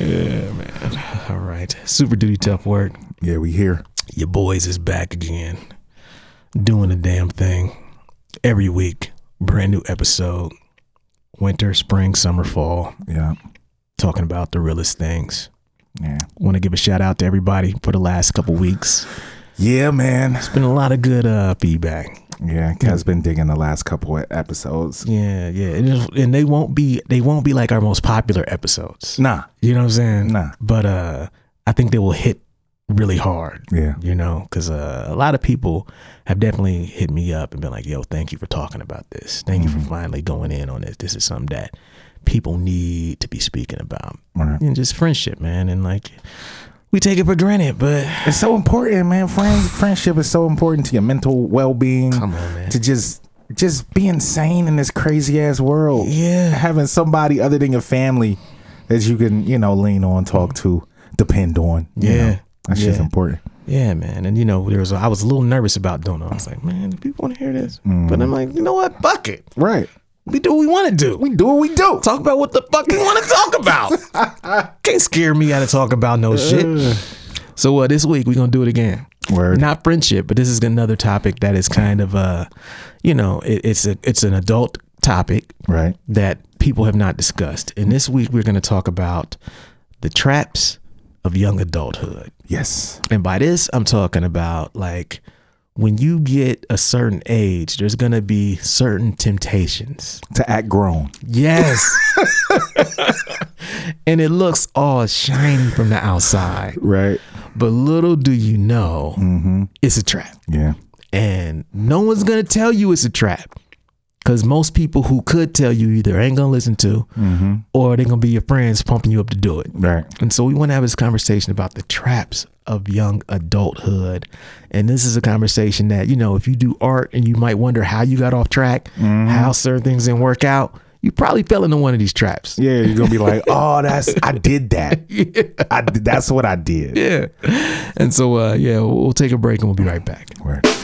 Yeah, man. All right. Super duty tough work. Yeah, we here. Your boys is back again. Doing the damn thing. Every week. Brand new episode. Winter, spring, summer, fall. Yeah. Talking about the realest things. Yeah. Want to give a shout out to everybody for the last couple weeks. Yeah, man. It's been a lot of good uh, feedback. Yeah, Kev's been digging the last couple of episodes. Yeah, yeah. And, it's- and they won't be they won't be like our most popular episodes. Nah. You know what I'm saying? Nah. But uh I think they will hit really hard. Yeah. you know, because uh, a lot of people have definitely hit me up and been like, "Yo, thank you for talking about this. Thank you for finally going in on this. This is something that people need to be speaking about, All right. and just friendship, man. And like, we take it for granted, but It's so important, man. Friends, friendship is so important to your mental well being. Come on, man. To just just being sane in this crazy ass world. Yeah. Having somebody other than your family that you can, you know, lean on, talk to, depend on. you Yeah. know? That shit's Yeah. important. yeah, man. And you know, there was I was a little nervous about Dono. I was like, man, do people want to hear this? But I'm like, you know what? Fuck it. Right. We do what we want to do. We do what we do. Talk about what the fuck we want to talk about. Can't scare me out of talking about no shit. So uh, this week we're gonna do it again. Word. not friendship, but this is another topic that is kind of uh, you know, it, it's a it's an adult topic Right. that people have not discussed. And this week we're going to talk about the traps of young adulthood. Yes. And by this, I'm talking about like when you get a certain age, there's going to be certain temptations. To act grown. Yes. and it looks all shiny from the outside, Right. but little do you know, it's a trap Yeah. and no one's gonna tell you it's a trap because most people who could tell you either ain't gonna listen to or they're gonna be your friends pumping you up to do it Right. and so we want to have this conversation about the traps of young adulthood and this is a conversation that you know if you do art and you might wonder how you got off track Mm-hmm. how certain things didn't work out you probably fell into one of these traps Yeah, you're gonna be like, oh, that's I did that. I did- that's what I did. yeah and so uh yeah we'll, we'll take a break and we'll be right back Word.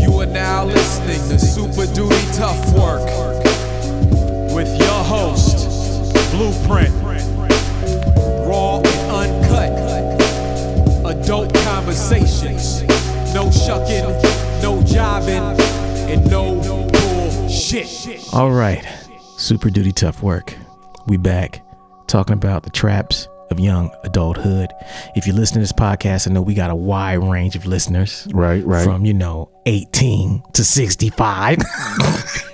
You are now listening to Super Duty Tough Work with your host, Blueprint. Raw and uncut. Adult conversations. No shucking, no jiving, and no bullshit. All right, super duty tough work. We back talking about the traps of young adulthood. If you listen to this podcast, I know we got a wide range of listeners. Right, right. From, you know, 18 to 65.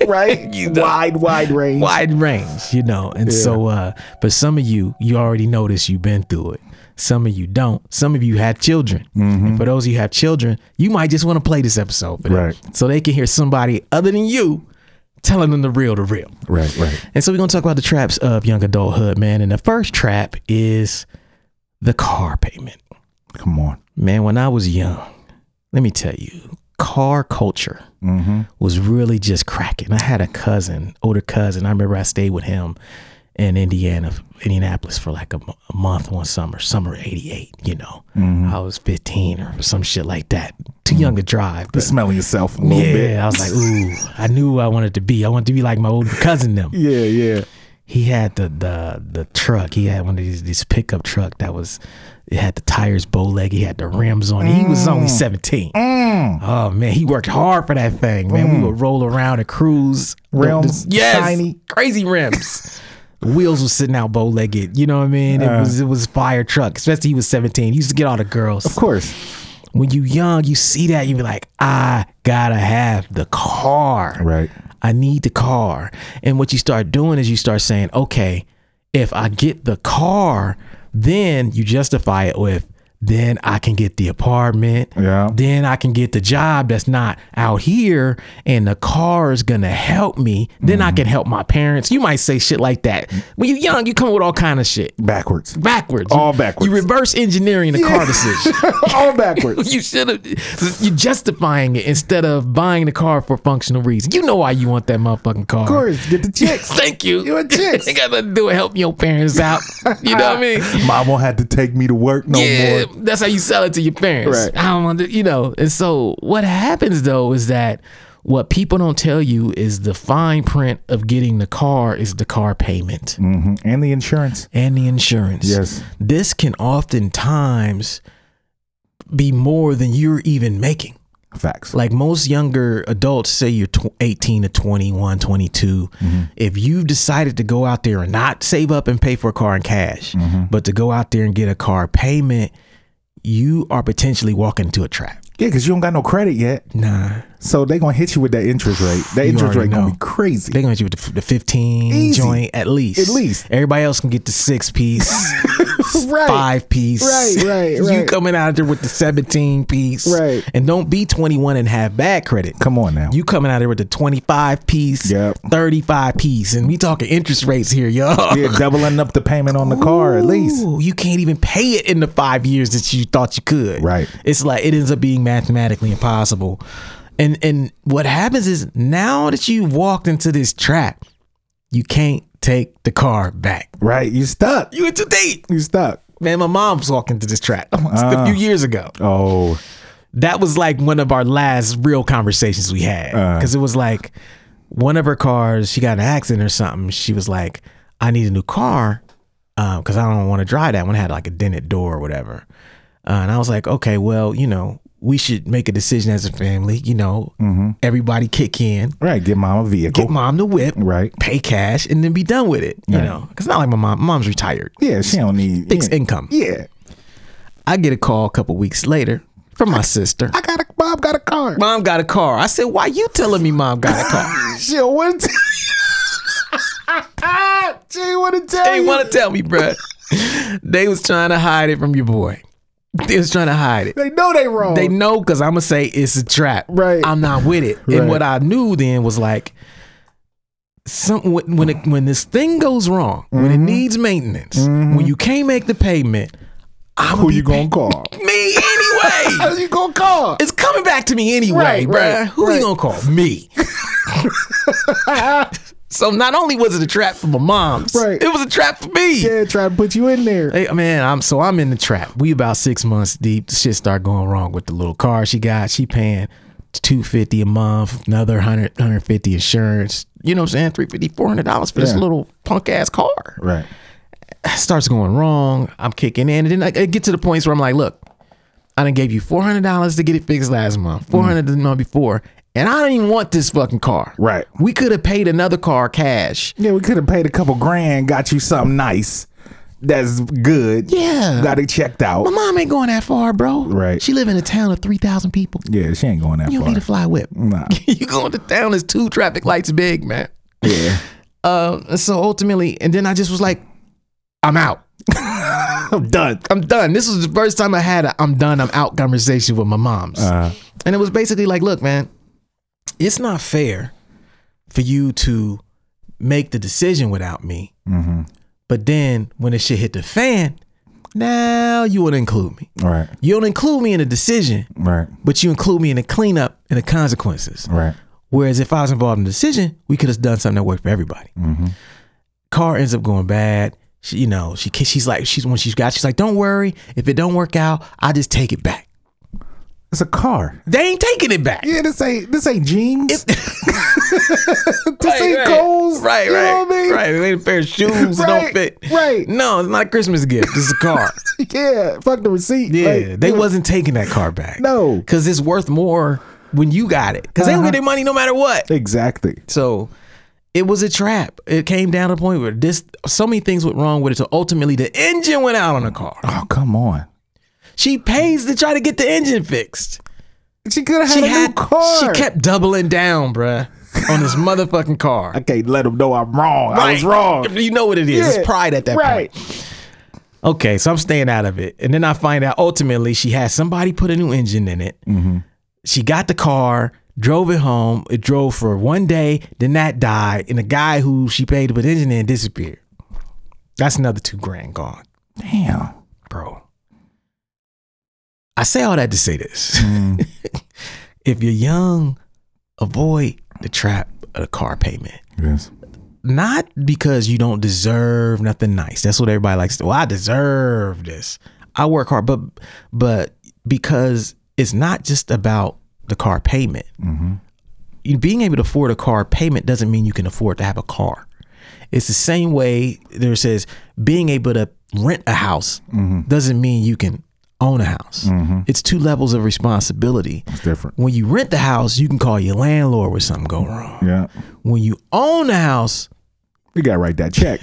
Right? Wide, wide range. wide range, you know. And so uh but some of you you already know this, you've been through it. Some of you don't. Some of you have children. And for those of you who have children, you might just want to play this episode for them. Right. So they can hear somebody other than you telling them the real the real. Right, right. And so we're gonna talk about the traps of young adulthood, man. And the first trap is the car payment. Come on. Man, when I was young, let me tell you, car culture Mm-hmm. was really just cracking. I had a cousin, older cousin. I remember I stayed with him in Indiana, Indianapolis for like a, mo- a month one summer, summer 88, you know. Mm-hmm. I was 15 or some shit like that. Too young to drive. You're But smelling yourself Mm-hmm. a little yeah, bit. I was like, ooh, I knew who I wanted to be. I wanted to be like my older cousin them Yeah, yeah. he had the the the truck. He had one of these this pickup truck that was it had the tires bow leg. He had the rims on. He was Mm. only seventeen. Oh man, he worked hard for that thing, man. We would roll around and cruise. Mm. Rims, yes, shiny. crazy rims. Wheels was sitting out bow Uh. legged. You know what I mean? It was it was fire truck. Especially he was seventeen. He used to get all the girls. Of course. when you young, you see that you be like, I gotta have the car. Right. I need the car. And what you start doing is you start saying, okay, if I get the car, then you justify it with, then I can get the apartment. Yeah. Then I can get the job that's not out here, and the car is gonna help me. Then Mm-hmm. I can help my parents. You might say shit like that. When you're young, you come up with all kind of shit Backwards. backwards. All You- backwards. You reverse engineering the car decision. All backwards. You should have. You're justifying it instead of buying the car for functional reasons. You know why you want that motherfucking car. Of course. Get the chicks. Thank you. You a chicks. They got nothing to do with helping your parents out. You know what I mean? Mom won't have to take me to work no yeah, more. that's how you sell it to your parents. Right. I don't want to, you know. And so what happens though is that what people don't tell you is the fine print of getting the car is the car payment Mhm. And the insurance. and the insurance. Yes. This can oftentimes be more than you're even making. Facts. Like most younger adults, say you're tw- 18 to 21, 22, Mm-hmm. if you've decided to go out there and not save up and pay for a car in cash, Mm-hmm. but to go out there and get a car payment, you are potentially walking into a trap. Yeah, because you don't got no credit yet. Nah. So they gonna hit you with that interest rate. That You interest already rate gonna know. be crazy. They're going to hit you with the, f- the 15 Easy. joint at least. At least. Everybody else can get the six piece, Right. five piece. Right, right, you right. coming out there with the 17 piece. Right. And don't be 21 and have bad credit. Come on now. You coming out here with the 25 piece, Yep. 35 piece, and we talking interest rates here, y'all. yeah, doubling up the payment on the car at least. Ooh, you can't even pay it in the five years that you thought you could. Right. It's like it ends up being mathematically impossible. And and what happens is now that you walked into this trap, you can't take the car back. Right. You stuck. You into date. You stuck. Man, my mom's walked into this trap Ah. a few years ago Oh. that was like one of our last real conversations we had Uh. because it was like one of her cars she got in an accident or something she was like i need a new car because i don't want to drive that one It had like a dented door or whatever uh, and i was like okay well you know we should make a decision as a family you know Mm-hmm. everybody kick in Right. Get mom a vehicle. get mom the whip Oh. Right. pay cash and then be done with it you Right. know because not like my mom mom's retired yeah, she don't need fixed yeah. income Yeah. i get a call a couple weeks later from my sister I got a mom got a car. mom got a car. I said, why you telling me mom got a car? She don't want to tell She ain't want to tell they you. want to tell me, bruh. They was trying to hide it from your boy. They was trying to hide it. they know they wrong. They know because I'm gonna say it's a trap. Oh. Right. I'm not with it. Right. And what I knew then was like, some when when, it, when this thing goes wrong, when Mm-hmm. it needs maintenance, when you can't make the payment, I'm Who you gonna call? me anyway. Who you gonna call? It's coming back to me anyway, Right, bruh. right, Who right. you gonna call? Me. so not only was it a trap for my mom's, Right. it was a trap for me. Yeah, try to put you in there. Hey, man, I'm so I'm in the trap. We about six months deep. The shit start going wrong with the little car she got. She paying two fifty a month, another 100, 150 insurance. You know what I'm saying? 350 400 dollars for this Yeah. little punk ass car Right. starts going wrong. I'm kicking in, and then I, I get to the points where I'm like, look, I done gave you four hundred dollars to get it fixed last Mm-hmm. month, four hundred the month before, and I don't even want this fucking car. Right. We could have paid another car cash. Yeah, we could have paid a couple grand, got you something nice. That's good. Yeah. Got it checked out. My mom ain't going that far, bro. Right. She live in a town of three thousand people. Yeah, she ain't going that You don't far. need a fly whip. Nah. you going to town is two traffic lights big, man. yeah. Um. and So ultimately, and then I just was like, I'm out. I'm done. I'm done. This was the first time I had a I'm done, I'm out conversation with my moms. Uh, And it was basically like, look, man, it's not fair for you to make the decision without me. But then when the shit hit the fan, now you want to include me. right. You don't include me in the decision, Right. but you include me in the cleanup and the consequences. Right. Whereas if I was involved in the decision, we could have done something that worked for everybody. Mm-hmm. Car ends up going bad. She, you know, she she's like she's when she's got she's like, don't worry, if it don't work out, I just take it back. It's a car. They ain't taking it back. Yeah, this ain't this ain't jeans. this ain't right. Coles. Right, you right. Know what I mean? Right. It ain't a pair of shoes that don't Right, fit. right. No, it's not a Christmas gift. It's a car. Yeah. Fuck the receipt. yeah. Like, they yeah. wasn't taking that car back. No. Uh-huh. Because it's worth more when you got it. Because they don't get their money no matter what. Exactly. So it was a trap. It came down to the point where this so many things went wrong with it. So ultimately the engine went out on the car. Oh, come on. She pays to try to get the engine fixed. She could have had She a had new car. she kept doubling down, bruh, on this motherfucking car. I can't let them know I'm wrong. I was wrong. You know what it is. Yeah, it's pride at that right. point. Okay, so I'm staying out of it. And then I find out ultimately she had somebody put a new engine in it. She got the car, drove it home. It drove for one day, then that died. And the guy who she paid to put the engine in disappeared. That's another two grand gone, Damn. bro. I say all that to say this. if you're young, avoid the trap of the car payment Yes. not because you don't deserve nothing nice. That's what everybody likes to. Well, I deserve this. I work hard, but but because it's not just about the car payment. Mm-hmm. You- Being able to afford a car payment doesn't mean you can afford to have a car. It's the same way there says being able to rent a house Mm-hmm. doesn't mean you can own a house. It's two levels of responsibility. It's different. When you rent the house, you can call your landlord when something go wrong. Yeah. When you own a house, You gotta write that check.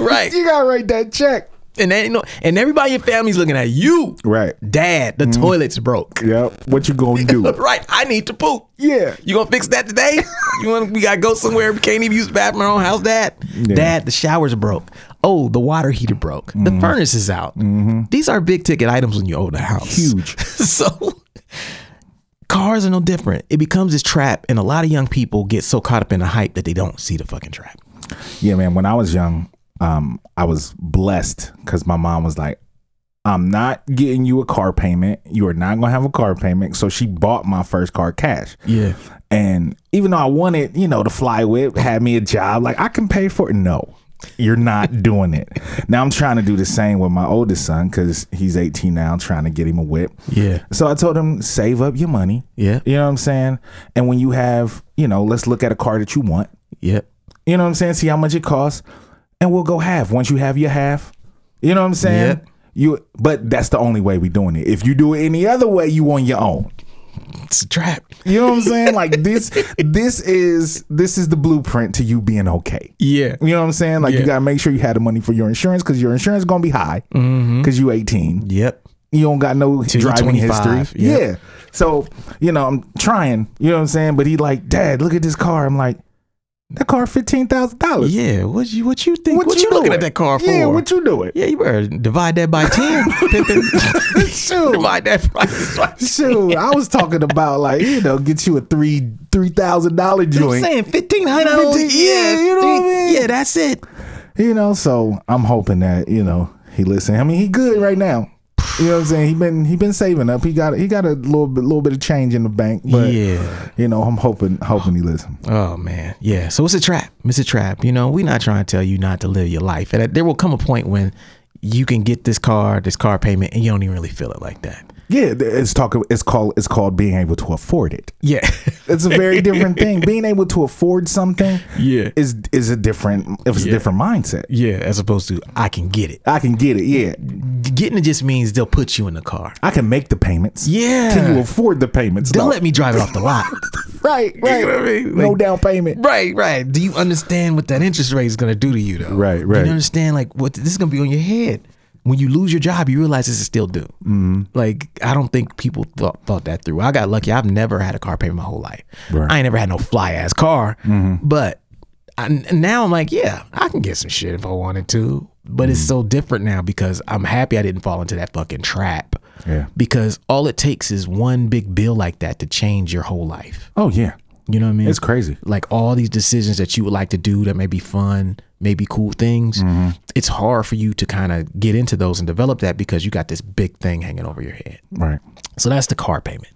right? you gotta write that check. and they know, and everybody in your family's looking at you. Right. Dad, the toilet's broke. Yep. What you gonna do? Right, I need to poop. yeah. You gonna fix that today? you want we gotta go somewhere? We can't even use the bathroom in our own house, Dad. Dad, the shower's broke. Oh, the water heater broke. The furnace is out. These are big ticket items when you own a house. Huge. so cars are no different. It becomes this trap, and a lot of young people get so caught up in the hype that they don't see the fucking trap. Yeah, man. When I was young, um, I was blessed because my mom was like, I'm not getting you a car payment. You are not gonna have a car payment. So she bought my first car cash. Yeah. And even though I wanted, you know, to fly with, had me a job, like I can pay for it. No, you're not doing it. Now I'm trying to do the same with my oldest son because he's 18 now, trying to get him a whip. Yeah. So I told him, save up your money. Yeah. You know what I'm saying? And when you have, you know, let's look at a car that you want. Yep. You know what I'm saying? See how much it costs. And we'll go half. Once you have your half, you know what I'm saying? Yep. You but that's the only way we doing it. If you do it any other way, you on your own. It's a trap. You know what I'm saying? Like this, this is this is the blueprint to you being okay. Yeah. You know what I'm saying? Like Yeah. you gotta make sure you had the money for your insurance because your insurance gonna be high because Mm-hmm. you 18. Yep. You don't got no you're driving 25, history. yeah. Yeah. So you know I'm trying. You know what I'm saying? But he like, Dad, look at this car. I'm like, that car fifteen thousand dollars. Yeah, what you what you think? What, you, doing? looking at that car for? Yeah, what you doing? Yeah, you better divide that by ten. pimpin'. Shoot. divide that price. by- Shoot, I was talking about like you know, get you a three three thousand dollar I'm joint. saying fifteen hundred. $1,500, yeah, you know what I mean? Yeah, that's it. You know, so I'm hoping that you know he listen. I mean, he good right now. You know what I'm saying? He been he been saving up. He got he got a little bit little bit of change in the bank, but Yeah. you know I'm hoping hoping he listen. Oh man, yeah. So it's a trap. It's a trap. You know, we're not trying to tell you not to live your life, and there will come a point when you can get this car, this car payment, and you don't even really feel it like that. Yeah, th- it's talk. It's called it's called being able to afford it. Yeah. It's a very different thing. Being able to afford something, Yeah. is is a different it's a different mindset. yeah. As opposed to I can get it. I can get it. Yeah, Getting it just means they'll put you in the car. I can make the payments. Yeah. can you afford the payments? They'll No. let me drive it off the lot. right, right. You know what I mean? no Like- down payment. Right, right. Do you understand what that interest rate is going to do to you, though? Right, Do right. You understand, like, what this is going to be on your head. When you lose your job, you realize this is still due. Mm-hmm. Like, I don't think people thought, thought that through. I got lucky. I've never had a car payment my whole life. Right. Mm-hmm. I ain't never had no fly ass car. But I, n- now I'm like, yeah, I can get some shit if I wanted to. But Mm-hmm. it's so different now because I'm happy I didn't fall into that fucking trap. Yeah. Because all it takes is one big bill like that to change your whole life. Oh yeah, You know what I mean? it's crazy. like all these decisions that you would like to do that may be fun, maybe cool things, it's hard for you to kind of get into those and develop that because you got this big thing hanging over your head. Right, So that's the car payment.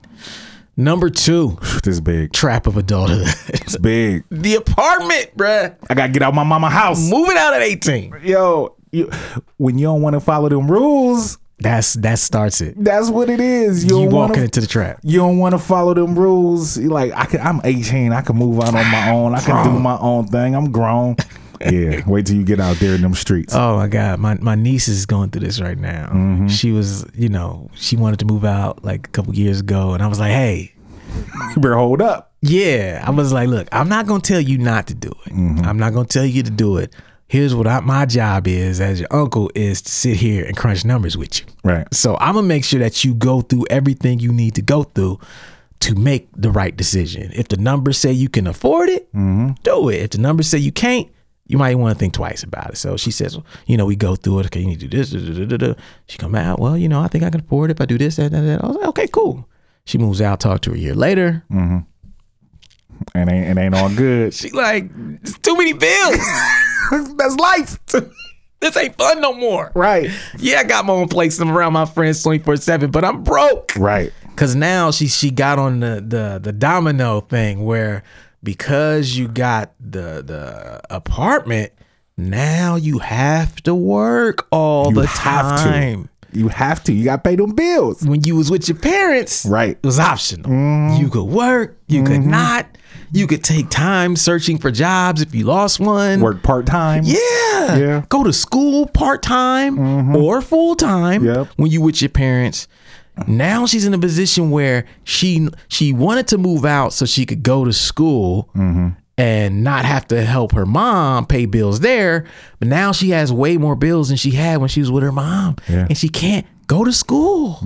Number two, this big, trap of adulthood. it's big. the apartment, bruh. I gotta get out my mama house. Moving out at 18. Yo, you, when you don't want to follow them rules, That's that starts it. that's what it is. You, You, don't walking want to. into the trap. You don't want to follow them rules. You Like I can, I'm 18. I can move out on my own. I can do my own thing. I'm grown. yeah. Wait till you get out there in them streets. Oh my God, my my niece is going through this right now. She was, you know, she wanted to move out like a couple years ago, and I was like, hey, you better hold up. Yeah, I was like, look, I'm not gonna tell you not to do it. I'm not gonna tell you to do it, here's what I, my job is as your uncle is to sit here and crunch numbers with you. Right. So I'm gonna make sure that you go through everything you need to go through to make the right decision. If the numbers say you can afford it, do it. If the numbers say you can't, you might want to think twice about it. So she says, you know, we go through it. Okay, you need to do this. da, da, da, da, da. She come out. Well, you know, I think I can afford it if I do this. That, that, that. I was like, okay, cool. She moves out. Talk to her a year later. And ain't, it ain't all good. She like, it's too many bills. That's life. this ain't fun no more. Right. Yeah, I got my own place. I'm around my friends 24 seven, but I'm broke. Right. Cause now she she got on the the the domino thing where because you got the the apartment, now you have to work all You the have to. time. You have to. You got to pay them bills. When you was with your parents, Right. Mm-hmm. it was optional. You could work, you could not, you could take time searching for jobs if you lost one. Work part time. Yeah. Yeah. Go to school part time or full time Yep. when you with your parents. Now she's in a position where she she wanted to move out so she could go to school Mm-hmm. and not have to help her mom pay bills there. But now she has way more bills than she had when she was with her mom, Yeah. Mm. and she can't go to school.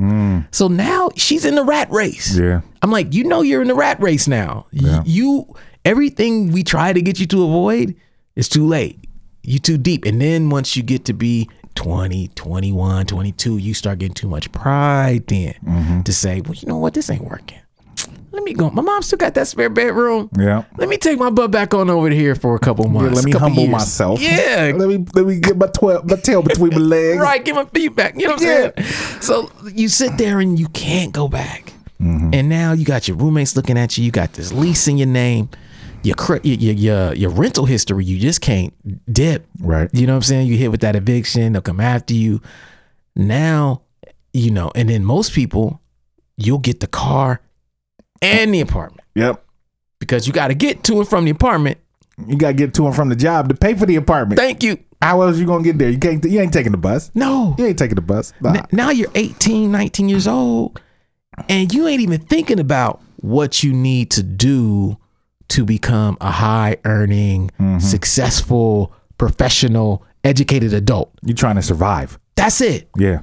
So now she's in the rat race. Yeah. I'm like, you know, you're in the rat race now. Y- you everything we try to get you to avoid is too late. You too deep. And then once you get to be 20, 21, 22, you start getting too much pride then Mm-hmm. to say, well, you know what, this ain't working. Let me go. My mom still got that spare bedroom. Yeah. Let me take my butt back on over here for a couple months. Let me couple humble years. myself. Yeah, Let me let me get my twelve my tail between my legs. Right, give them feedback. You know what I'm saying? So you sit there and you can't go back. And now you got your roommates looking at you. You got this lease in your name. Your cre- your, your your your rental history. You just can't dip. Right. You know what I'm saying? You hit with that eviction. They'll come after you. Now, you know. And then most people, you'll get the car and the apartment Yep. because you got to get to and from the apartment. You gotta get to and from the job to pay for the apartment. Thank you. How else you gonna get there? You can't. You ain't taking the bus. No. You ain't taking the bus. Nah. N- now you're 18, 19 years old, and you ain't even thinking about what you need to do to become a high earning, successful, professional, educated adult. You trying to survive? That's it. Yeah.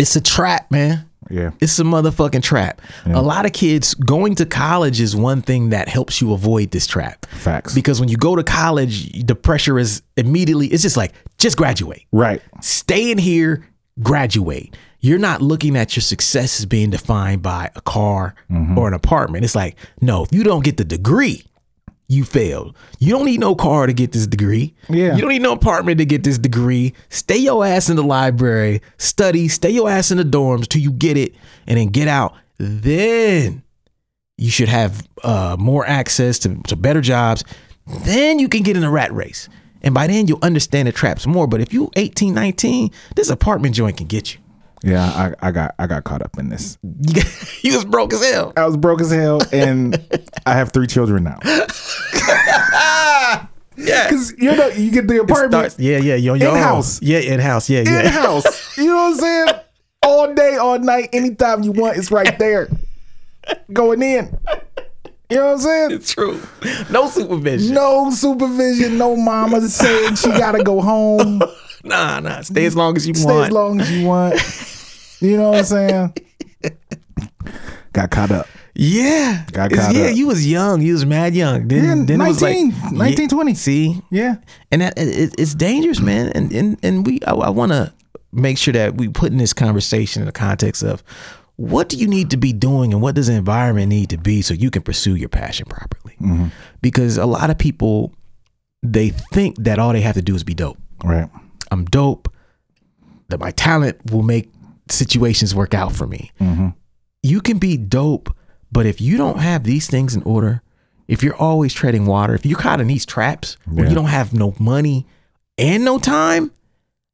It's a trap, man. Yeah. It's a motherfucking trap. A lot of kids going to college is one thing that helps you avoid this trap. Facts. Because when you go to college, the pressure is immediately, it's just like, just graduate right. stay in here, graduate. You're not looking at your success as being defined by a car or an apartment. It's like, no, if you don't get the degree, you failed. You don't need no car to get this degree. Yeah. You don't need no apartment to get this degree. Stay your ass in the library, study, stay your ass in the dorms till you get it, and then get out. Then you should have uh, more access to, to better jobs then you can get in a rat race and by then you'll understand the traps more but if you 18 19 this apartment joint can get you Yeah. I, I got I got caught up in this. you, got- you was broke as hell I was broke as hell, and I have three children now. yeah Because you know you get the apartment Starts- yeah yeah you're your own. In-house. yeah in-house yeah in yeah house. You know what I'm saying? All day, all night, anytime you want, it's right there. Going in. You know what I'm saying? true no supervision No supervision, no mama saying she gotta go home. nah nah stay as long as you Stay want as long as you want. You know what I'm saying? Got caught up. yeah Got It's- caught yeah up. you was young you was mad young then, Yeah, then it was like 19, 19, 20. see Yeah. and that it, it- it's dangerous, man. And and and we, I, I want to make sure that we put in this conversation in the context of what do you need to be doing and what does the environment need to be so you can pursue your passion properly. Because a lot of people they think that all they have to do is be dope. Right. I'm dope. That my talent will make situations work out for me. You can be dope, but if you don't have these things in order, if you're always treading water, if you're caught in these traps where you don't have no money and no time,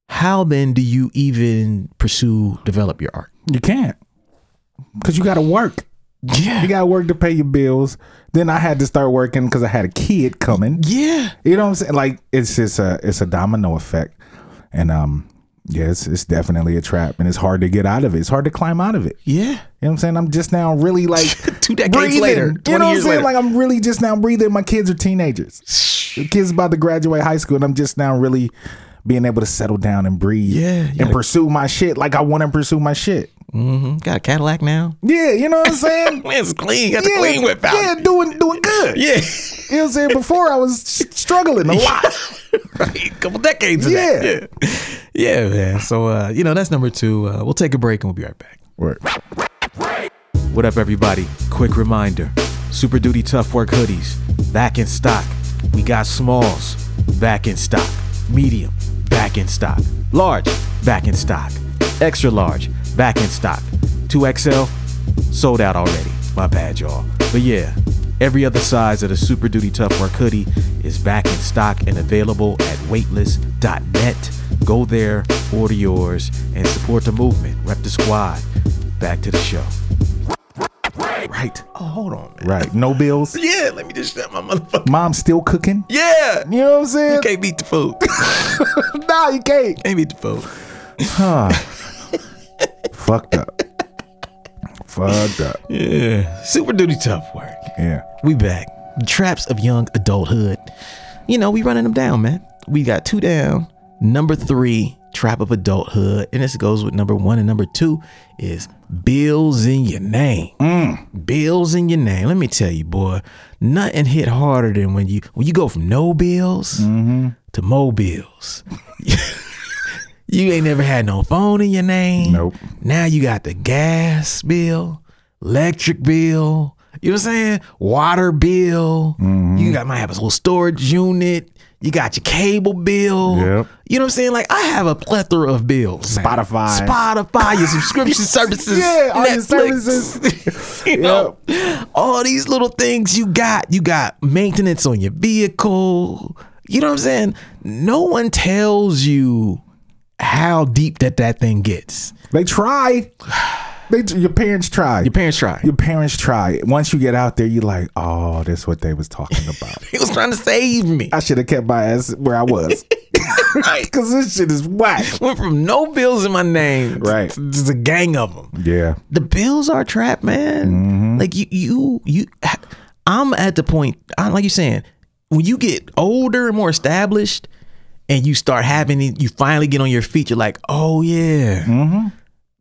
how then do you even pursue develop your art? You can't. Cause you gotta work. You Yeah. gotta work to pay your bills. Then I had to start working because I had a kid coming. Yeah. You know what I'm saying? Like it's just a it's a domino effect, and um, yeah, it's it's definitely a trap, and it's hard to get out of it. It's hard to climb out of it. Yeah. You know what I'm saying? I'm just now really like Two decades breathing. later, You 20 know what I'm years saying? later. Like I'm really just now breathing. My kids are teenagers. The kid's about to graduate high school, and I'm just now really being able to settle down and breathe Yeah, you and gotta- pursue my shit like I want to pursue my shit. hmm Got a Cadillac now. Yeah, you know what I'm saying? It's clean. Got yeah, yeah, doing doing good. Yeah. You know what I'm saying? Before I was s- struggling a lot. right. couple decades of that. Yeah. Yeah, man. So, uh, you know, that's number two. Uh, we'll take a break and we'll be right back. What up, everybody? Quick reminder Super Duty Tough Work hoodies back in stock. We got smalls back in stock, medium back in stock, large back in stock, extra large back in stock, 2XL sold out already. My bad, y'all. But yeah, every other size of the Super Duty Tough Work hoodie is back in stock and available at weightless.net. Go there, order yours, and support the movement. Rep the squad. Back to the show. Right, Oh, hold on, man. right. No bills. Yeah, let me just shut my motherfucker. Mom's still cooking. Yeah, You know what I'm saying? can't beat the food. Nah, you can't. Can't beat the food. Fucked up. Fucked up. Yeah, super duty tough work. Yeah. We back. Traps of young adulthood. You know, we running them down, man. We got two down. Number three, trap of adulthood, and this goes with number one and number two is bills in your name. Bills in your name. Let me tell you, boy, nothing hit harder than when you when you go from no bills to mo bills. you ain't never had no phone in your name. Nope. Now you got the gas bill, electric bill, you know what I'm saying? Water bill. Mm-hmm. You got might have a little storage unit. You got your cable bill. Yep. You know what I'm saying? Like I have a plethora of bills. now. Spotify. Spotify, your subscription services. Yeah, all your Netflix. services. you know, all these little things you got. You got maintenance on your vehicle. You know what I'm saying? No one tells you how deep that that thing gets. They try. They your parents try. Your parents try. Your parents try. Once you get out there, you're like, oh, that's what they was talking about. He was trying to save me. I should have kept my ass where I was. Right. Cause this shit is whack. Went from no bills in my name, Right. to- to a gang of them. Yeah. The bills are a trap, man. Like you, you, you. I'm at the point. I'm like you're saying, when you get older and more established, and you start having, it- you finally get on your feet. You're like, oh yeah,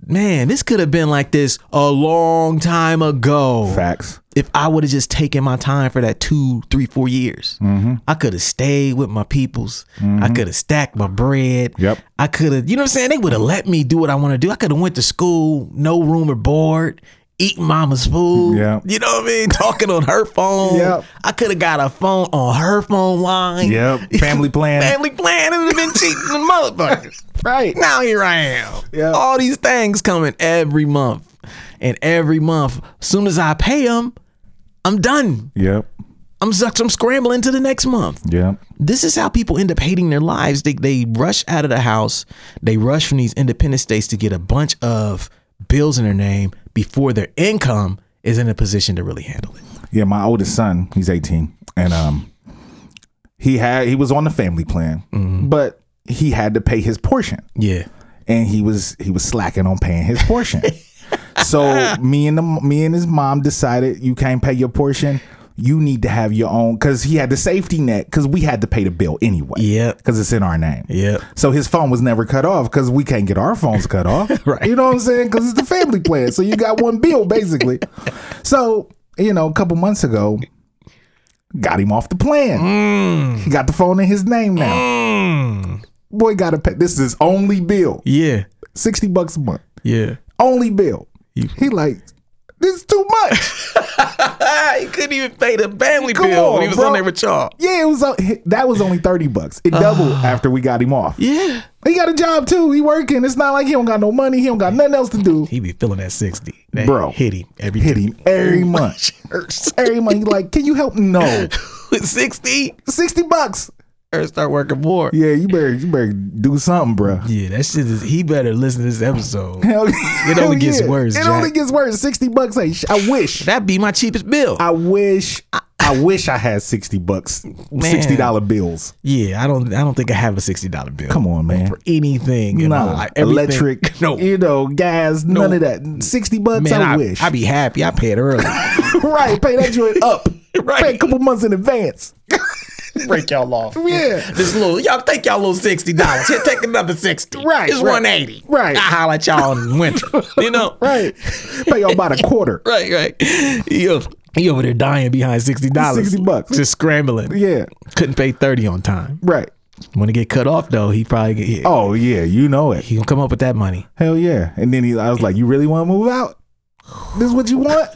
man, this could have been like this a long time ago. Facts. if I would have just taken my time for that two, three, four years, Mm-hmm. I could have stayed with my peoples. I could have stacked my bread. Yep. I could have, you know what I'm saying? They would have let me do what I want to do. I could have went to school, no room or board, eating mama's food. Yep. You know what I mean? Talking on her phone. Yep. I could have got a phone on her phone line. Yep. Family plan. Family plan. It would have been cheating the motherfuckers. Right. Now here I am. Yeah. All these things coming every month. And every month, soon as I pay them, I'm done. Yep. I'm sucked. I'm scrambling to the next month. Yep. This is how people end up hating their lives. They, they rush out of the house. They rush from these independent states to get a bunch of bills in their name before their income is in a position to really handle it. Yeah, my oldest son, he's 18, and um, he had he was on the family plan, but he had to pay his portion, Yeah. and he was he was slacking on paying his portion. so me and the, me and his mom decided you can't pay your portion. You need to have your own because he had the safety net because we had to pay the bill anyway. Yep. because it's in our name. Yep. So his phone was never cut off because we can't get our phones cut off. Right. You know what I'm saying? Because it's the family plan. So you got one bill basically. So, you know, a couple months ago, got him off the plan. He got the phone in his name now. Boy, got to pay. This is his only bill. Yeah. 60 bucks a month. Yeah. Only bill. He like, this is too much. Ah, he couldn't even pay the family Come bill when on, he was bro. on there with y'all. yeah, it was uh, that was only 30 bucks. It doubled after we got him off. Yeah. He got a job too. He working. It's not like he don't got no money. He don't got nothing else to do. He be feeling that 60. That Bro. Hit him every Hit him every Oh, month. shirts. Every month, he like, can you help? No, With 60, sixty bucks. or start working more. Yeah, you better, you better do something, bro. Yeah, that shit is. He better listen to this episode. Hell, It only gets worse, It Jack. only gets worse. Sixty bucks. Hey, sh- I wish. That'd be my cheapest bill. I wish. I wish I had sixty bucks, sixty dollar bills. yeah, I don't. I don't think I have a sixty dollar bill. Come on, man. for anything. in my Nah, life. Everything- electric. No, you know, gas. None of that. Sixty bucks. man. I, I, wish. I'd be happy. I paid early. right. Pay that joint up. Right. Pay a couple months in advance. break y'all off. Yeah. This little y'all take y'all little sixty dollars. Here, take another sixty. Right, It's right, one eighty. right. I holler at y'all in winter. You know. Right. Pay y'all about a quarter. Right. Right. He, o- he over there dying behind sixty dollars. 60 bucks. Just scrambling. Yeah. Couldn't pay thirty on time. Right. When he get cut off though, he probably get, he, Oh yeah, you know it. he gonna come up with that money. Hell yeah. And then he, I was like, you really want to move out? This what you want?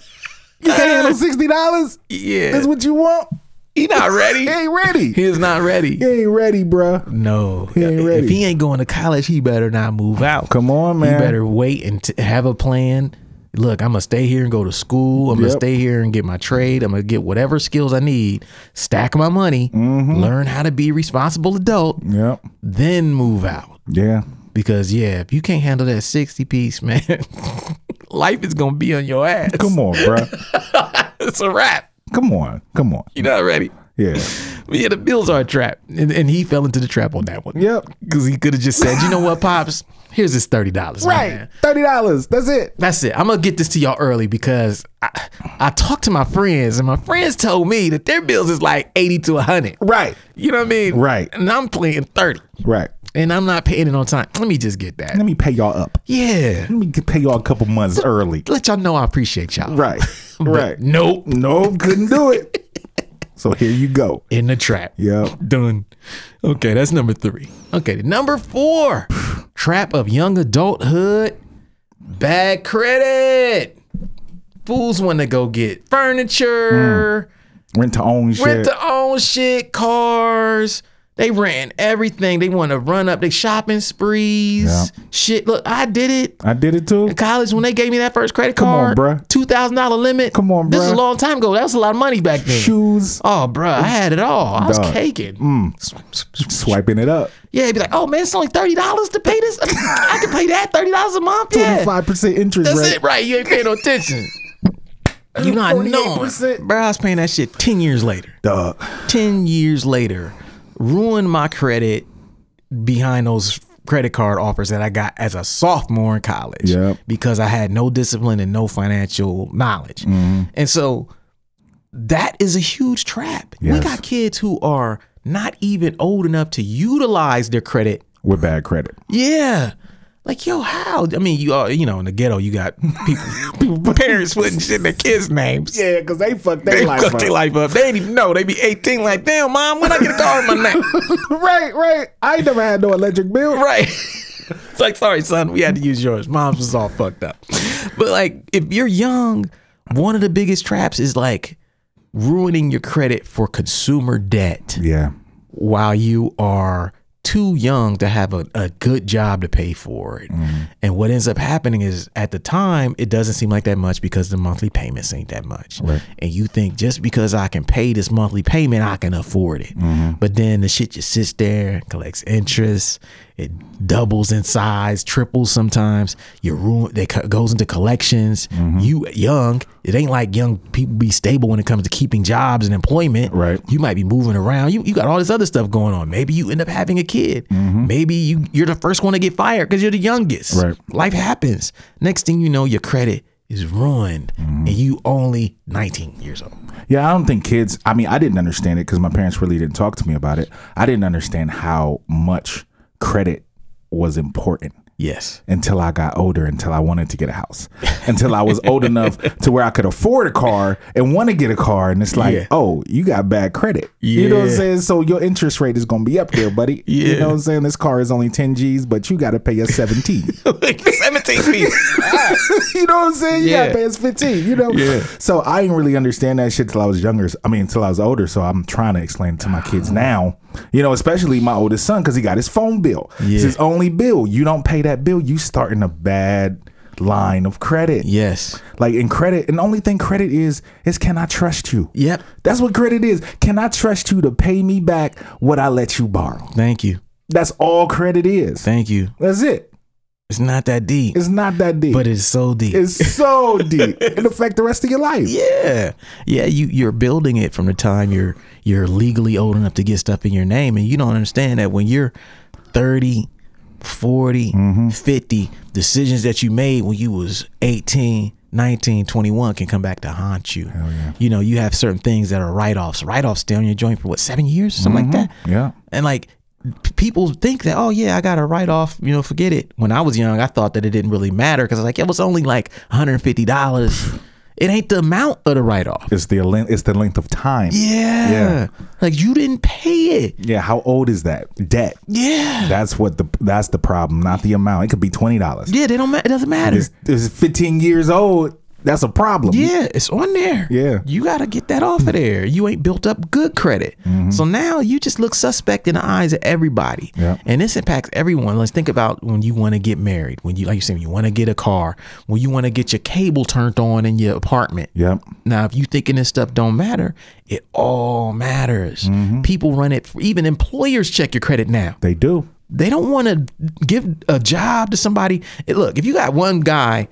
You can't handle sixty dollars. Yeah. This what you want? He not ready. He ain't ready. He is not ready. He ain't ready, bruh. No. ain't ready. If he ain't going to college, he better not move out. Come on, You man. better wait and t- have a plan. Look, I'm gonna stay here and go to school. I'm gonna Yep. stay here and get my trade. I'm gonna get whatever skills I need. Stack my money. Mm-hmm. Learn how to be a responsible adult. Yep. Then move out. Yeah. Because yeah, if you can't handle that sixty piece, man, life is gonna be on your ass. Come on, bruh. it's a wrap. Come on. Come on. You're not ready. Yeah. Yeah, the bills are a trap, and, and he fell into the trap on that one. Yep. because he could have just said, you know what, pops, here's this thirty dollars. Right. Thirty dollars. That's it. That's it. I'm gonna get this to y'all early because I, I talked to my friends and my friends told me that their bills is like 80 to 100. Right. You know what I mean? Right. And I'm playing 30 Right. and I'm not paying it on time. Let me just get that. Let me pay y'all up. Yeah. Let me pay y'all a couple months early. Let y'all know I appreciate y'all. Right. Right. Nope. No, couldn't do it. So here you go. In the trap. Yep. Done. Okay, that's number three. Okay, number four. trap of young adulthood. Bad credit. Fools want to go get furniture. Rent to own shit. rent their own shit, cars. They ran everything. They want to run up. They shopping sprees. Shit, look, I did it. I did it too. In college, when they gave me that first credit on, card, bruh. two thousand dollar limit. Come on, This is a bruh. long time ago. That was a lot of money back then. Shoes. Oh, bruh, I had it all. I was Dog. caking. Mm. Swiping it up. Yeah, it'd be like, oh man, it's only thirty dollars to pay this. I can pay that thirty dollars a month. Yeah, 25% interest that's rate. it, right? You ain't paying no attention. You not knowing, 48%. bruh. I was paying that shit ten years later. Dog. 10 years later ruined my credit behind those credit card offers that I got as a sophomore in college Yep. because I had no discipline and no financial knowledge. Mm-hmm. And so that is a huge trap. We Yes. got kids who are not even old enough to utilize their credit. With bad credit. Yeah. Like yo, how? I mean, you are you know in the ghetto, you got people, people parents putting shit in their kids' names Yeah, because they fucked they fuck their life up. They ain't even know. They be 18, like, damn, mom, when I get a car in my name? Right, right. I ain't never had no electric bill. right. It's like, sorry, son, we had to use yours. Mom's was all fucked up. But like, if you're young, one of the biggest traps is like ruining your credit for consumer debt Yeah. while you are too young to have a, a good job to pay for it. And what ends up happening is at the time, it doesn't seem like that much because the monthly payments ain't that much. And you think just because I can pay this monthly payment, I can afford it. But then the shit just sits there, collects interest, it doubles in size, triples sometimes. You ruin they co- goes into collections. You young, it ain't like young people be stable when it comes to keeping jobs and employment Right. you might be moving around. You you got all this other stuff going on. Maybe you end up having a kid. Maybe you you're the first one to get fired because you're the youngest. Right. Life happens. Next thing you know, your credit is ruined, and you only 19 years old. Yeah, I don't think kids. I mean, I didn't understand it because my parents really didn't talk to me about it. I didn't understand how much credit was important Yes. until I got older, until I wanted to get a house, until I was old enough to where I could afford a car and want to get a car. And it's like, Yeah. oh, you got bad credit. You know what I'm Yeah. saying? So your interest rate is going to be up there, buddy. You know what I'm saying? This car is only 10 G's, but you got to pay us 17. 17 feet. you know what I'm saying? You Yeah. got past 15, you know? Yeah. So I didn't really understand that shit till I was younger. I mean, till I was older. So I'm trying to explain it to my Oh. kids now, you know, especially my oldest son, because he got his phone bill. Yeah. It's his only bill. You don't pay that bill, you start in a bad line of credit. Yes. Like in credit, and the only thing credit is is can I trust you? Yep. That's what credit is. Can I trust you to pay me back what I let you borrow? Thank you. That's all credit is. Thank you. That's it. It's not that deep, It's not that deep. but it's so deep. It's so deep. It affect the rest of your life. Yeah, yeah. You you're building it from the time you're you're legally old enough to get stuff in your name, and you don't understand that when you're 30, 40, 50, decisions that you made when you was 18, 1921 can come back to haunt you. You know, you have certain things that are write offs. Write offs stay on your joint for what, seven years, something like that? Yeah. And like p- people think that, oh yeah, I got a write off, you know, forget it. When I was young, I thought that it didn't really matter because I was like, it was only like $150. it ain't the amount of the write off. It's the length. It's the length of time. Yeah. Like you didn't pay it. Yeah. How old is that debt? Yeah. That's what the that's the problem, not the amount. It could be twenty dollars. Yeah, they don't ma- it doesn't matter. It's, it's fifteen years old. That's a problem. Yeah, it's on there. Yeah. You got to get that off of there. You ain't built up good credit. Mm-hmm. So now you just look suspect in the eyes of everybody. Yeah. And this impacts everyone. Let's think about when you want to get married, when you, like you said, you want to get a car, when you want to get your cable turned on in your apartment. Yep. Now, if you thinking this stuff don't matter, it all matters. Mm-hmm. People run it, even employers check your credit now They do. they don't want to give a job to somebody. It- look, if you got one guy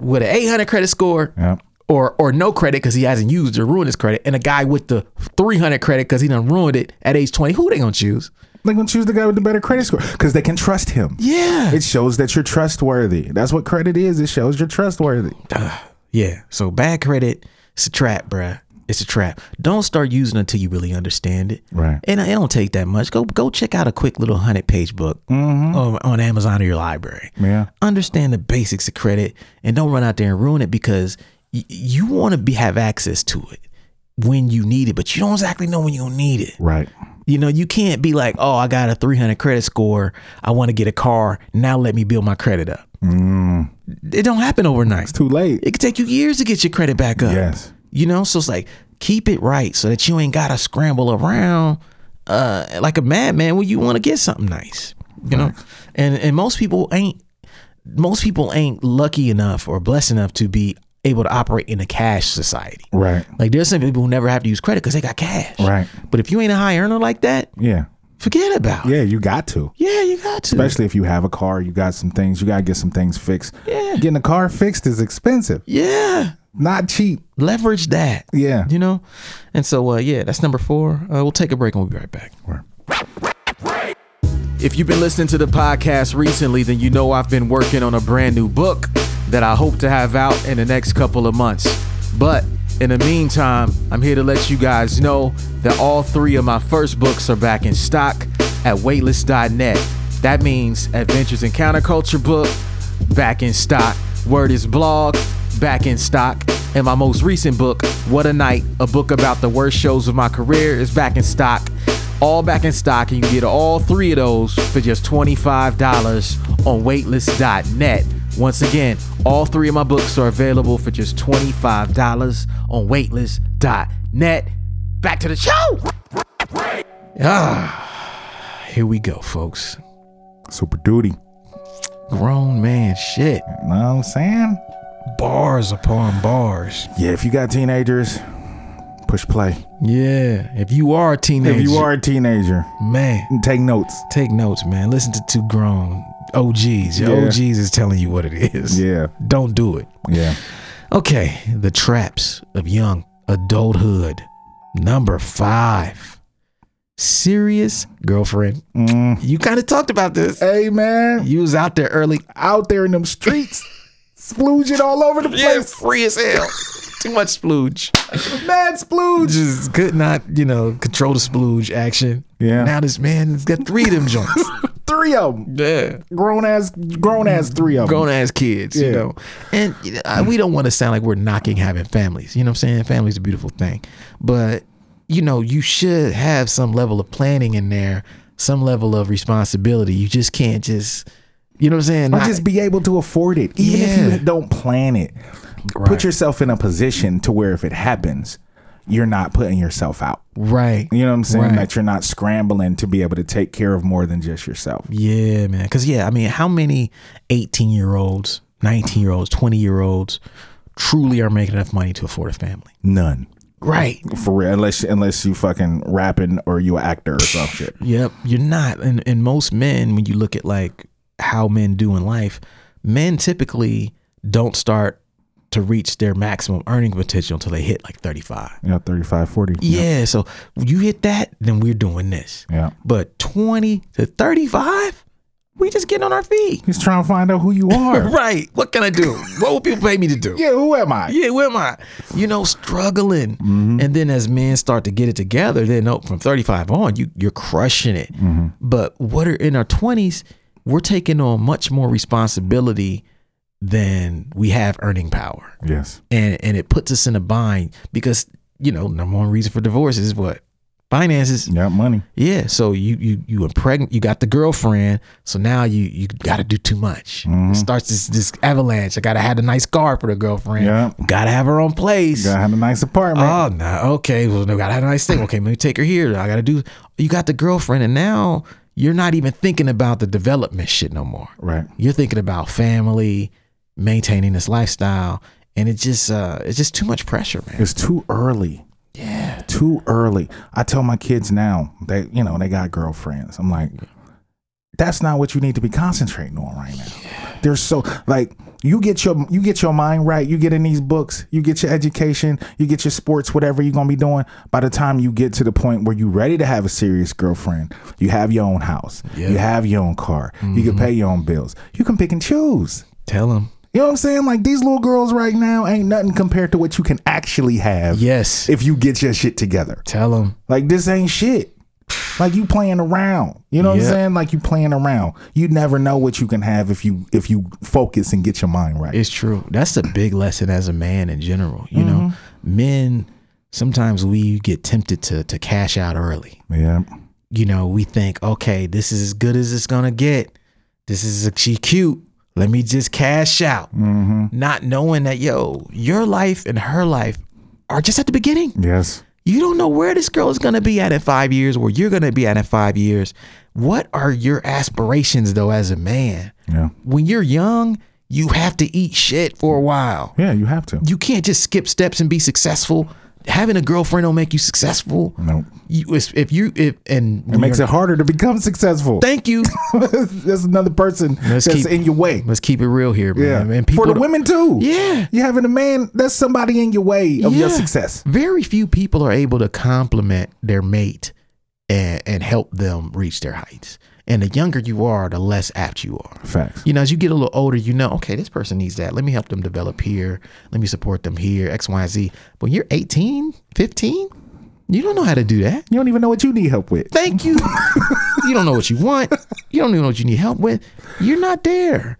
with an 800 credit score Yep. or or no credit because he hasn't used or ruined his credit, and a guy with the 300 credit because he done ruined it at age 20, who they gonna choose? They're gonna choose the guy with the better credit score because they can trust him. Yeah, It shows that you're trustworthy. That's what credit is. It shows you're trustworthy. Uh, yeah. So bad credit, it's a trap, bruh. It's a trap. Don't start using it until you really understand it. Right. And it don't take that much. Go go check out a quick little hundred page book on, on Amazon or your library. Mm-hmm. Yeah. understand the basics of credit and don't run out there and ruin it because y- you want to be have access to it when you need it, but you don't exactly know when you'll need it. Right. You know, you can't be like, oh, I got a 300 credit score. I want to get a car. Now let me build my credit up. Mm. It don't happen overnight. Too late. It could take you years to get your credit back up. Yes. You know, so it's like keep it right so that you ain't gotta scramble around uh like a madman when you wanna get something nice. You know? And and most people ain't most people ain't lucky enough or blessed enough to be able to operate in a cash society. Right. Like there's some people who never have to use credit because they got cash. Right. But if you ain't a high earner like that, Yeah. forget about it. Yeah. You got to. Yeah, you got to. Especially if you have a car, you got some things. You gotta get some things fixed. Yeah. Getting a car fixed is expensive, yeah. not cheap. Leverage that. Yeah. You know? And so uh yeah, that's number four. Uh, we'll take a break and we'll be right back. If you've been listening to the podcast recently, then you know I've been working on a brand new book that I hope to have out in the next couple of months. But in the meantime, I'm here to let you guys know that all three of my first books are back in stock at weightless.net. That means Adventures in Counterculture book, back in stock. Word is blog, back in stock. And my most recent book, What a Night, a book about the worst shows of my career, is back in stock. All back in stock, and you can get all three of those for just $25 on waitlist.net. Once again, all three of my books are available for just $25 on waitlist.net. Back to the show! Ah, Here we go, folks. Super duty. Grown man shit. Know what I'm saying? Bars upon bars. Yeah, if you got teenagers, push play. Yeah. If you are a teenager, If you are a teenager, man, take notes. take notes, man. Listen to two grown OGs. Your Yeah. OGs is telling you what it is. Yeah, Don't do it. yeah. Okay. The traps of young adulthood. Number five. Serious girlfriend. Mm. You kind of talked about this. Hey man, You was out there early. out there in them streets, splooging all over the place. free as hell. Too much splooge. Mad splooge. just could not, you know, control the splooge action. Yeah. Now this man's got three of them joints. Three of them, yeah. grown ass, grown ass three of them. Grown ass kids, you Yeah. know. And you know, I- we don't want to sound like we're knocking having families. You know what I'm saying? Family's a beautiful thing. But, you know, you should have some level of planning in there, some level of responsibility. You just can't just, you know what I'm saying? Or Not- just be able to afford it, even Yeah. if you don't plan it. Right. Put yourself in a position to where if it happens, you're not putting yourself out. right. You know what I'm saying? Right. That you're not scrambling to be able to take care of more than just yourself. Yeah, man. Because yeah, I mean, how many eighteen-year-olds, nineteen-year-olds, twenty-year-olds truly are making enough money to afford a family? None. Right. For real, unless unless you fucking rapping or you an actor or some shit. Yep. You're not, and and most men, when you look at like how men do in life, men typically don't start to reach their maximum earning potential until they hit like thirty-five. Yeah, 35, 40. Yeah. So you hit that, then we're doing this. Yeah. But twenty to thirty-five. We just getting on our feet. He's trying to find out who you are. Right. What can I do? what will people pay me to do? Yeah, who am I? Yeah, where am I? You know, struggling. And then as men start to get it together, then oh, from 35 on, you you're crushing it. But what are in our 20s, we're taking on much more responsibility than we have earning power. Yes. And and it puts us in a bind because, you know, number one reason for divorce is what? Finances. You got money. Yeah, so you you you impregnate you got the girlfriend, so now you you got to do too much. It starts this this avalanche. I got to have a nice car for the girlfriend. Yeah. Got to have her own place. You gotta have a nice apartment. Oh no, okay, well no, got to have a nice thing. Okay, let me take her here. I got to do. You got the girlfriend, and now you're not even thinking about the development shit no more. right. You're thinking about family, maintaining this lifestyle, and it just uh it's just too much pressure, man. It's too early. Yeah. Too early. I tell my kids now that, you know, they got girlfriends. I'm like, that's not what you need to be concentrating on right now. There's so like you get your you get your mind right, you get in these books, you get your education, you get your sports, whatever you're gonna be doing. By the time you get to the point where you're ready to have a serious girlfriend, you have your own house, you have your own car, you can pay your own bills, you can pick and choose. Tell him. You know what I'm saying? Like these little girls right now ain't nothing compared to what you can actually have. Yes. If you get your shit together. Tell him. Like this ain't shit. Like you playing around. You know what Yeah. I'm saying? Like you playing around. You never know what you can have if you if you focus and get your mind right. It's true. That's a big lesson as a man in general. You know, men sometimes we get tempted to to cash out early. yeah. You know, we think, okay, this is as good as it's gonna get. This is a she cute. Let me just cash out, not knowing that yo, your life and her life are just at the beginning. Yes. You don't know where this girl is going to be at in five years, where you're going to be at in five years. What are your aspirations, though, as a man? Yeah. When you're young, you have to eat shit for a while. Yeah, you have to. You can't just skip steps and be successful. Having a girlfriend don't make you successful. No. You, if if you if and It makes it harder to become successful. Thank you. that's another person Let's that's keep- in your way. Let's keep it real here, man. Yeah. And people For the don't- women too. Yeah. You having a man, that's somebody in your way of Yeah. your success. Very few people are able to compliment their mate and, and help them reach their heights. And the younger you are, the less apt you are. Facts. You know, as you get a little older, you know, okay, this person needs that. Let me help them develop here. Let me support them here, X, Y, and Z. But you're 18, 15, you don't know how to do that. You don't even know what you need help with. Thank you. you don't know what you want. You don't even know what you need help with. You're not there.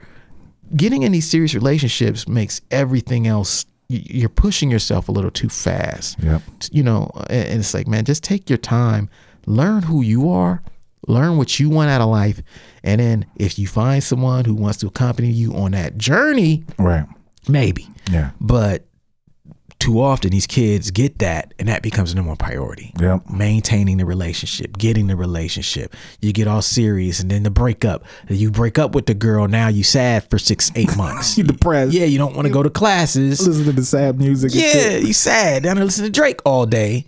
Getting in these serious relationships makes everything else, y- you're pushing yourself a little too fast. Yep. You know, and and it's like, man, just take your time, learn who you are, learn what you want out of life. And then if you find someone who wants to accompany you on that journey, Right. maybe. Yeah. But too often these kids get that and that becomes the number one priority Yep. maintaining the relationship, getting the relationship. You get all serious and then the breakup. You break up with the girl, now you sad for six, eight months. You depressed. Yeah, you don't want to go to classes. Listen to the sad music. and Yeah, shit. you sad. Down there listening to Drake all day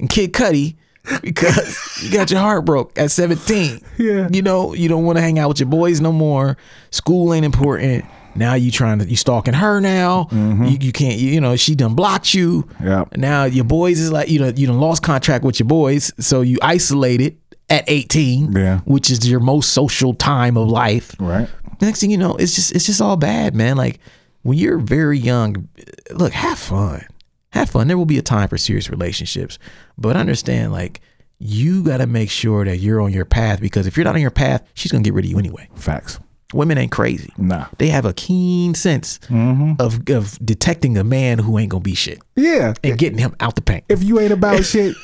and Kid Cudi because you got your heart broke at 17. Yeah. You know, you don't want to hang out with your boys no more. School ain't important. Now you trying to you stalking her now. You, you can't you, you know she done blocked you. Mm-hmm. Yep. Now your boys is like you know you done lost contract with your boys, so you isolated at 18, Yeah. which is your most social time of life. Right. The next thing you know, it's just it's just all bad, man. Like when you're very young, look, have fun. Have fun. There will be a time for serious relationships. But understand, like, you gotta make sure that you're on your path because if you're not on your path, she's gonna get rid of you anyway. Facts. Women ain't crazy. Nah. They have a keen sense of of detecting a man who ain't gonna be shit Yeah. and getting him out the paint. If you ain't about shit,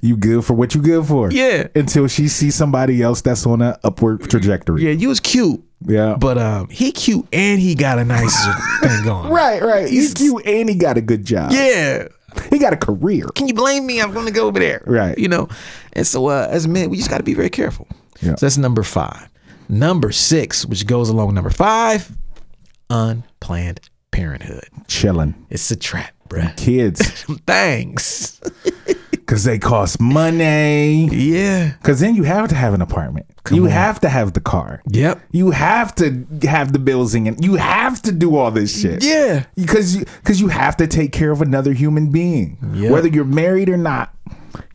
you good for what you good for. Yeah. Until she sees somebody else that's on an upward trajectory. Yeah, you was cute, Yeah. but um, he cute and he got a nice thing going. right. Right. He's cute and he got a good job. Yeah. He got a career. can you blame me? I'm going to go over there. Right. You know, and so uh, as men, we just got to be very careful. Yeah. So that's number five. Number six, which goes along with number five, unplanned parenthood. Chilling. It's a trap, bruh. Kids. Thanks. Cause they cost money. Yeah. Cause then you have to have an apartment. you have to have the car. Yep. You have to have the bills in. You have to do all this shit. Yeah. because you because you have to take care of another human being Yeah. whether you're married or not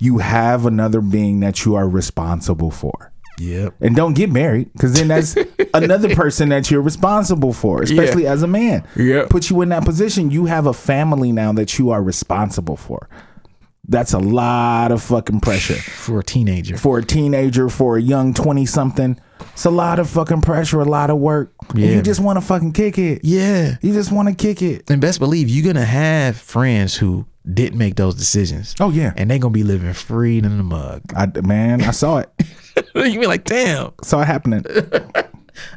you have another being that you are responsible for Yep. and don't get married because then that's another person that you're responsible for especially as a man Yeah. put you in that position you have a family now that you are responsible for that's a lot of fucking pressure For a teenager. for a teenager for a young 20 something it's a lot of fucking pressure a lot of work And Yeah. you just want to fucking kick it Yeah. you just want to kick it And best believe you're gonna have friends who didn't make those decisions. Oh, yeah. And they're gonna be living free in the mug. I, man i saw it you be like, damn, saw it happening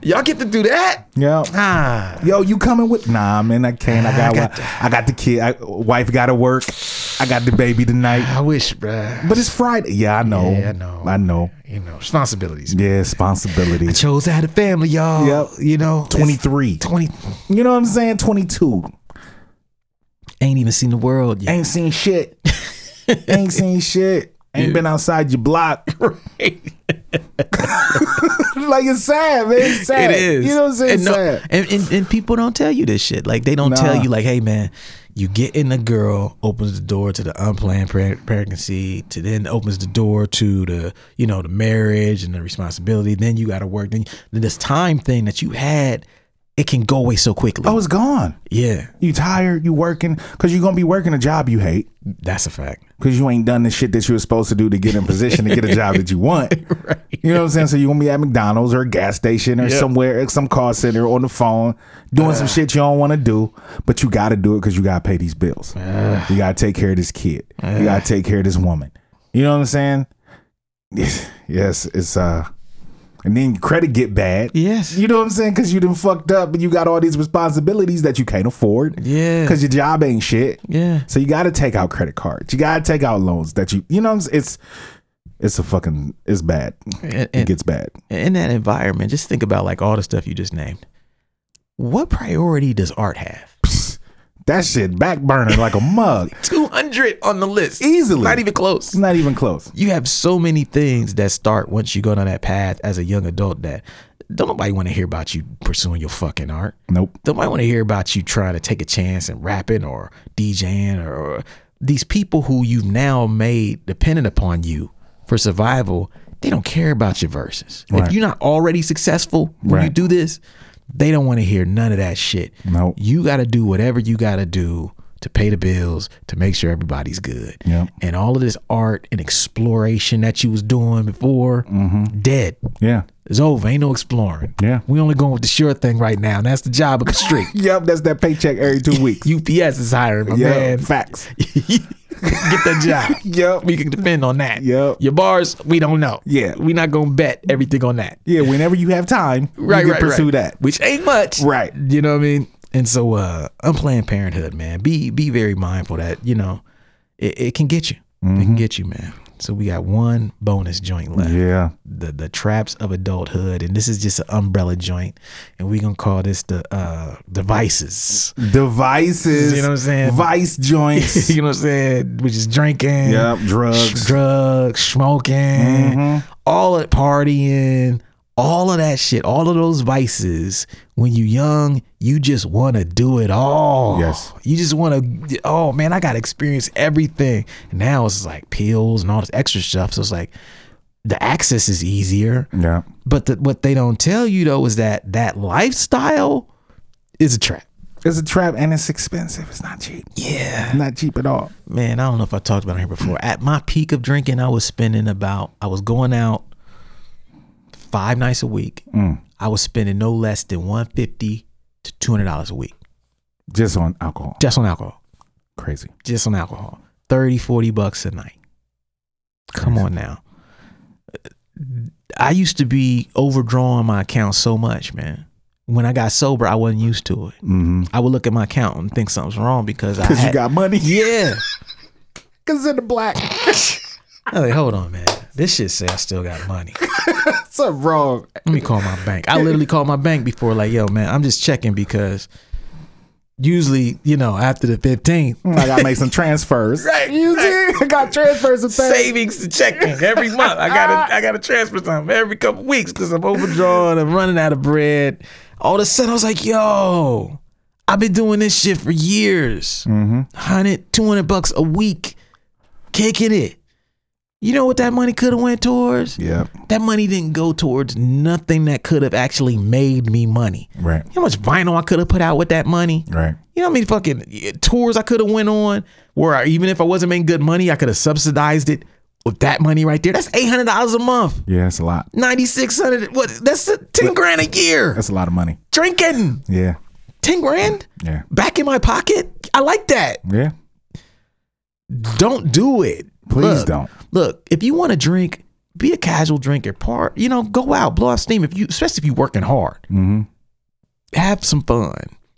y'all get to do that? yeah Ah. Yo, you coming with? Nah, man, I can't. I got, I got, the kid. I, wife got to work. I got the baby tonight. I wish, bruh. But it's Friday. Yeah, I know. Yeah, I know. I know. You know, responsibilities. Yeah, responsibility. I chose to have a family, y'all. Yep. You know, it's- 23. 20 You know what I'm saying? 22. ain't even seen the world yet. Ain't seen shit. Ain't seen shit. Ain't been outside your block. like it's sad, man. It's sad. It is. You know what I'm saying? And, no- Sad. and, and, and people don't tell you this shit. Like they don't tell Nah. you, like, hey man, you get in the girl opens the door to the unplanned pre- pregnancy, to then opens the door to the you know the marriage and the responsibility. Then you got to work. Then, then this time thing that you had, it can go away so quickly. Oh, it's gone. yeah, You tired? You working? Cause you're gonna be working a job you hate. that's a fact. because you ain't done the shit that you were supposed to do to get in position to get a job that you want. You know what I'm saying? So you're gonna be at McDonald's or a gas station or somewhere at some call center on the phone doing some shit you don't want to do, but you got to do it because you got to pay these bills. you got to take care of this kid. you got to take care of this woman. You know what I'm saying? Yes, yes, it's uh, and then your credit get bad. Yes. you know what I'm saying? Because you done fucked up, and you got all these responsibilities that you can't afford. Yeah. because your job ain't shit. Yeah, So you got to take out credit cards. You got to take out loans that you you know what I'm s- it's it's a fucking it's bad. and, It and- gets bad. in that environment, just think about like all the stuff you just named. What priority does art have? That shit back burner like a mug. Two hundred on the list, Easily. Not even close. It's not even close. you have so many things that start once you go down that path as a young adult that don't nobody want to hear about you pursuing your fucking art. Nope. Don't nobody want to hear about you trying to take a chance and rapping or DJing or, or these people who you've now made dependent upon you for survival. They don't care about your verses. Right. If you're not already successful when you Right. do this, they don't want to hear none of that shit. Nope. You got to do whatever you got to do to pay the bills, to make sure everybody's good Yep. and all of this art and exploration that you was doing before, Mm-hmm. dead. Yeah. It's over. Ain't no exploring. Yeah. We only going with the sure thing right now, and that's the job of the street. Yep, that's that paycheck every 2 weeks. UPS is hiring, my yeah, man. facts. Get that job. Yep. We can depend on that. Yep. Your bars, we don't know. Yeah. We not gonna bet everything on that. Yeah, whenever you have time, Right, you can right, pursue right. that. Which ain't much. Right. You know what I mean? And so uh unplanned parenthood, man. Be be very mindful that, you know, it, it can get you. It Mm-hmm. can get you, man. So we got one bonus joint left. Yeah. the the traps of adulthood, and this is just an umbrella joint, and we gonna call this the uh devices. Devices, You know what I'm saying? Vice joints. you know what I'm saying? Which is drinking, Yep, sh- drugs. drugs, Mm-hmm. smoking, all of partying, all of that shit, all of those vices. When you young, you just want to do it all. Yes. you just want to. Oh man, I gotta experience everything. And now it's like pills and all this extra stuff. So it's like the access is easier. yeah. But the, what they don't tell you though is that that lifestyle is a trap. It's a trap and it's expensive. It's not cheap. Yeah, Not cheap at all. man. I don't know if I talked about it here before. At my peak of drinking, I was spending about I was going out five nights a week. Mm. I was spending no less than one fifty to two hundred dollars a week Just on alcohol. just on alcohol. Crazy. Just on alcohol. 30, 40 bucks a night. Come on now. I used to be overdrawing my account so much, man. When I got sober, I wasn't used to it. Mhm. I would look at my account and think something's wrong because I Cuz you had, got money. yeah. Cuz in the black. I was like, hold on, man. This shit say I still got money. What's up wrong? Let me call my bank. I literally called my bank before, like, yo, man, I'm just checking because usually, you know, after the 15th, I gotta make some transfers. Right, You see? I got transfers and things. savings to checking every month. I gotta I gotta transfer something every couple weeks because I'm overdrawn. I'm running out of bread. All of a sudden, I was like, "Yo, I've been doing this shit for years. 100, 200 bucks a week, kicking it." You know what that money could have went towards? Yep. That money didn't go towards nothing that could have actually made me money. Right. You know how much vinyl I could have put out with that money? Right. You know how many fucking eh, tours I could have went on where I, even if I wasn't making good money, I could have subsidized it with that money right there. That's $800 a month. Yeah, that's a lot. 9600 what that's 10 grand a year. That's a lot of money. Drinking. Yeah. 10 grand Yeah. back in my pocket. I like that. Yeah. Don't do it. Please Look, don't. Look, if you want to drink, be a casual drinker. Part, you know, go out, blow off steam. If you, especially if you're working hard, Mm-hmm. have some fun.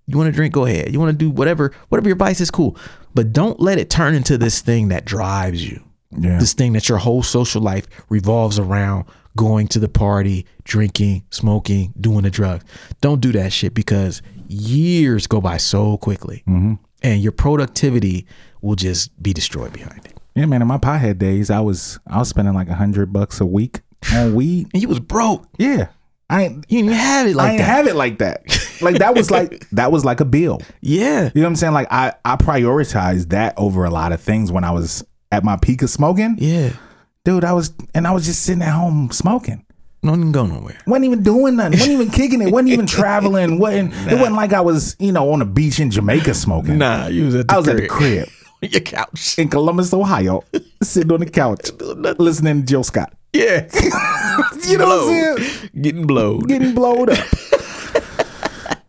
You want to drink, go ahead. You want to do whatever, whatever your vice is, cool. But don't let it turn into this thing that drives you. Yeah. This thing that your whole social life revolves around going to the party, drinking, smoking, doing the drugs. Don't do that shit because years go by so quickly, and your productivity will just be destroyed behind it. yeah, man. In my pothead days, I was I was spending like a hundred bucks a week on weed. And you was broke. Yeah. I ain't You didn't have it I like ain't that. have it like that. Like that was like that was like a bill. yeah. You know what I'm saying? Like I I prioritized that over a lot of things when I was at my peak of smoking. Yeah. Dude, I was and I was just sitting at home smoking. No, didn't go nowhere. wasn't even doing nothing. wasn't even kicking it. wasn't even traveling. wasn't It wasn't like I was you know on a beach in Jamaica smoking. Nah, you was at the I was at the crib Your couch. in Columbus, Ohio, sitting on the couch listening to Joe Scott. Yeah. You know what I'm saying? Getting blowed. Getting blowed up.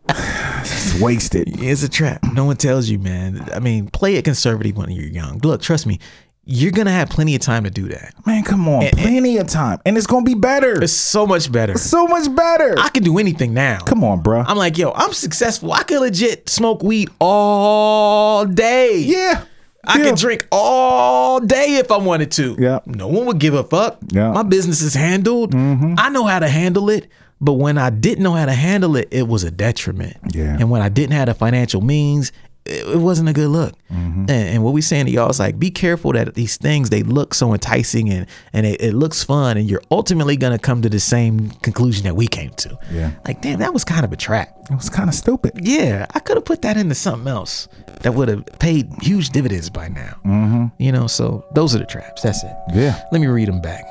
it's wasted. It's a trap. No one tells you, man. I mean, play it conservative when you're young. Look, trust me, you're gonna have plenty of time to do that. Man, come on. Plenty of time, and it's gonna be better. It's so much better. so much better. I can do anything now. Come on, bruh. I'm like, yo, I'm successful. I could legit smoke weed all day. yeah. I yeah. could drink all day if I wanted to. Yeah. No one would give a fuck. Yeah. Mm-hmm. My business is handled. I know how to handle it. But when I didn't know how to handle it, it was a detriment. Yeah. And when I didn't have the financial means, it, it wasn't a good look. Mm-hmm. And, and what we saying to y'all is like, be careful that these things they look so enticing and and it, it looks fun, and you're ultimately gonna come to the same conclusion that we came to. Yeah. Like, damn, that was kind of a trap. It was kind of stupid. Yeah, I could have put that into something else that would have paid huge dividends by now. Mm-hmm. You know, so those are the traps. That's it. Yeah. Let me read them back.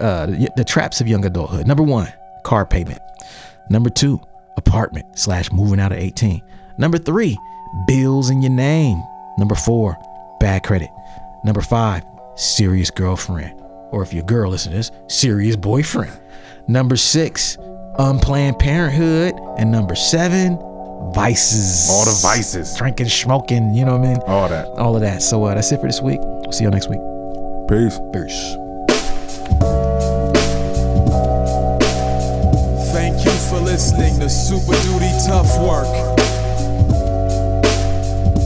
Uh, the, the traps of young adulthood. Number one, car payment. Number two, apartment slash moving out of 18. Number three, bills in your name. Number four, bad credit. Number five, serious girlfriend. Or if your girl listen to this, serious boyfriend. Number six, unplanned parenthood. And number seven, vices. All the vices. Oh. Drinking, smoking, you know what I mean? All that. All of that. So uh, that's it for this week. We'll see y'all next week. Peace. Peace. Thank you for listening to Super Duty Tough Work.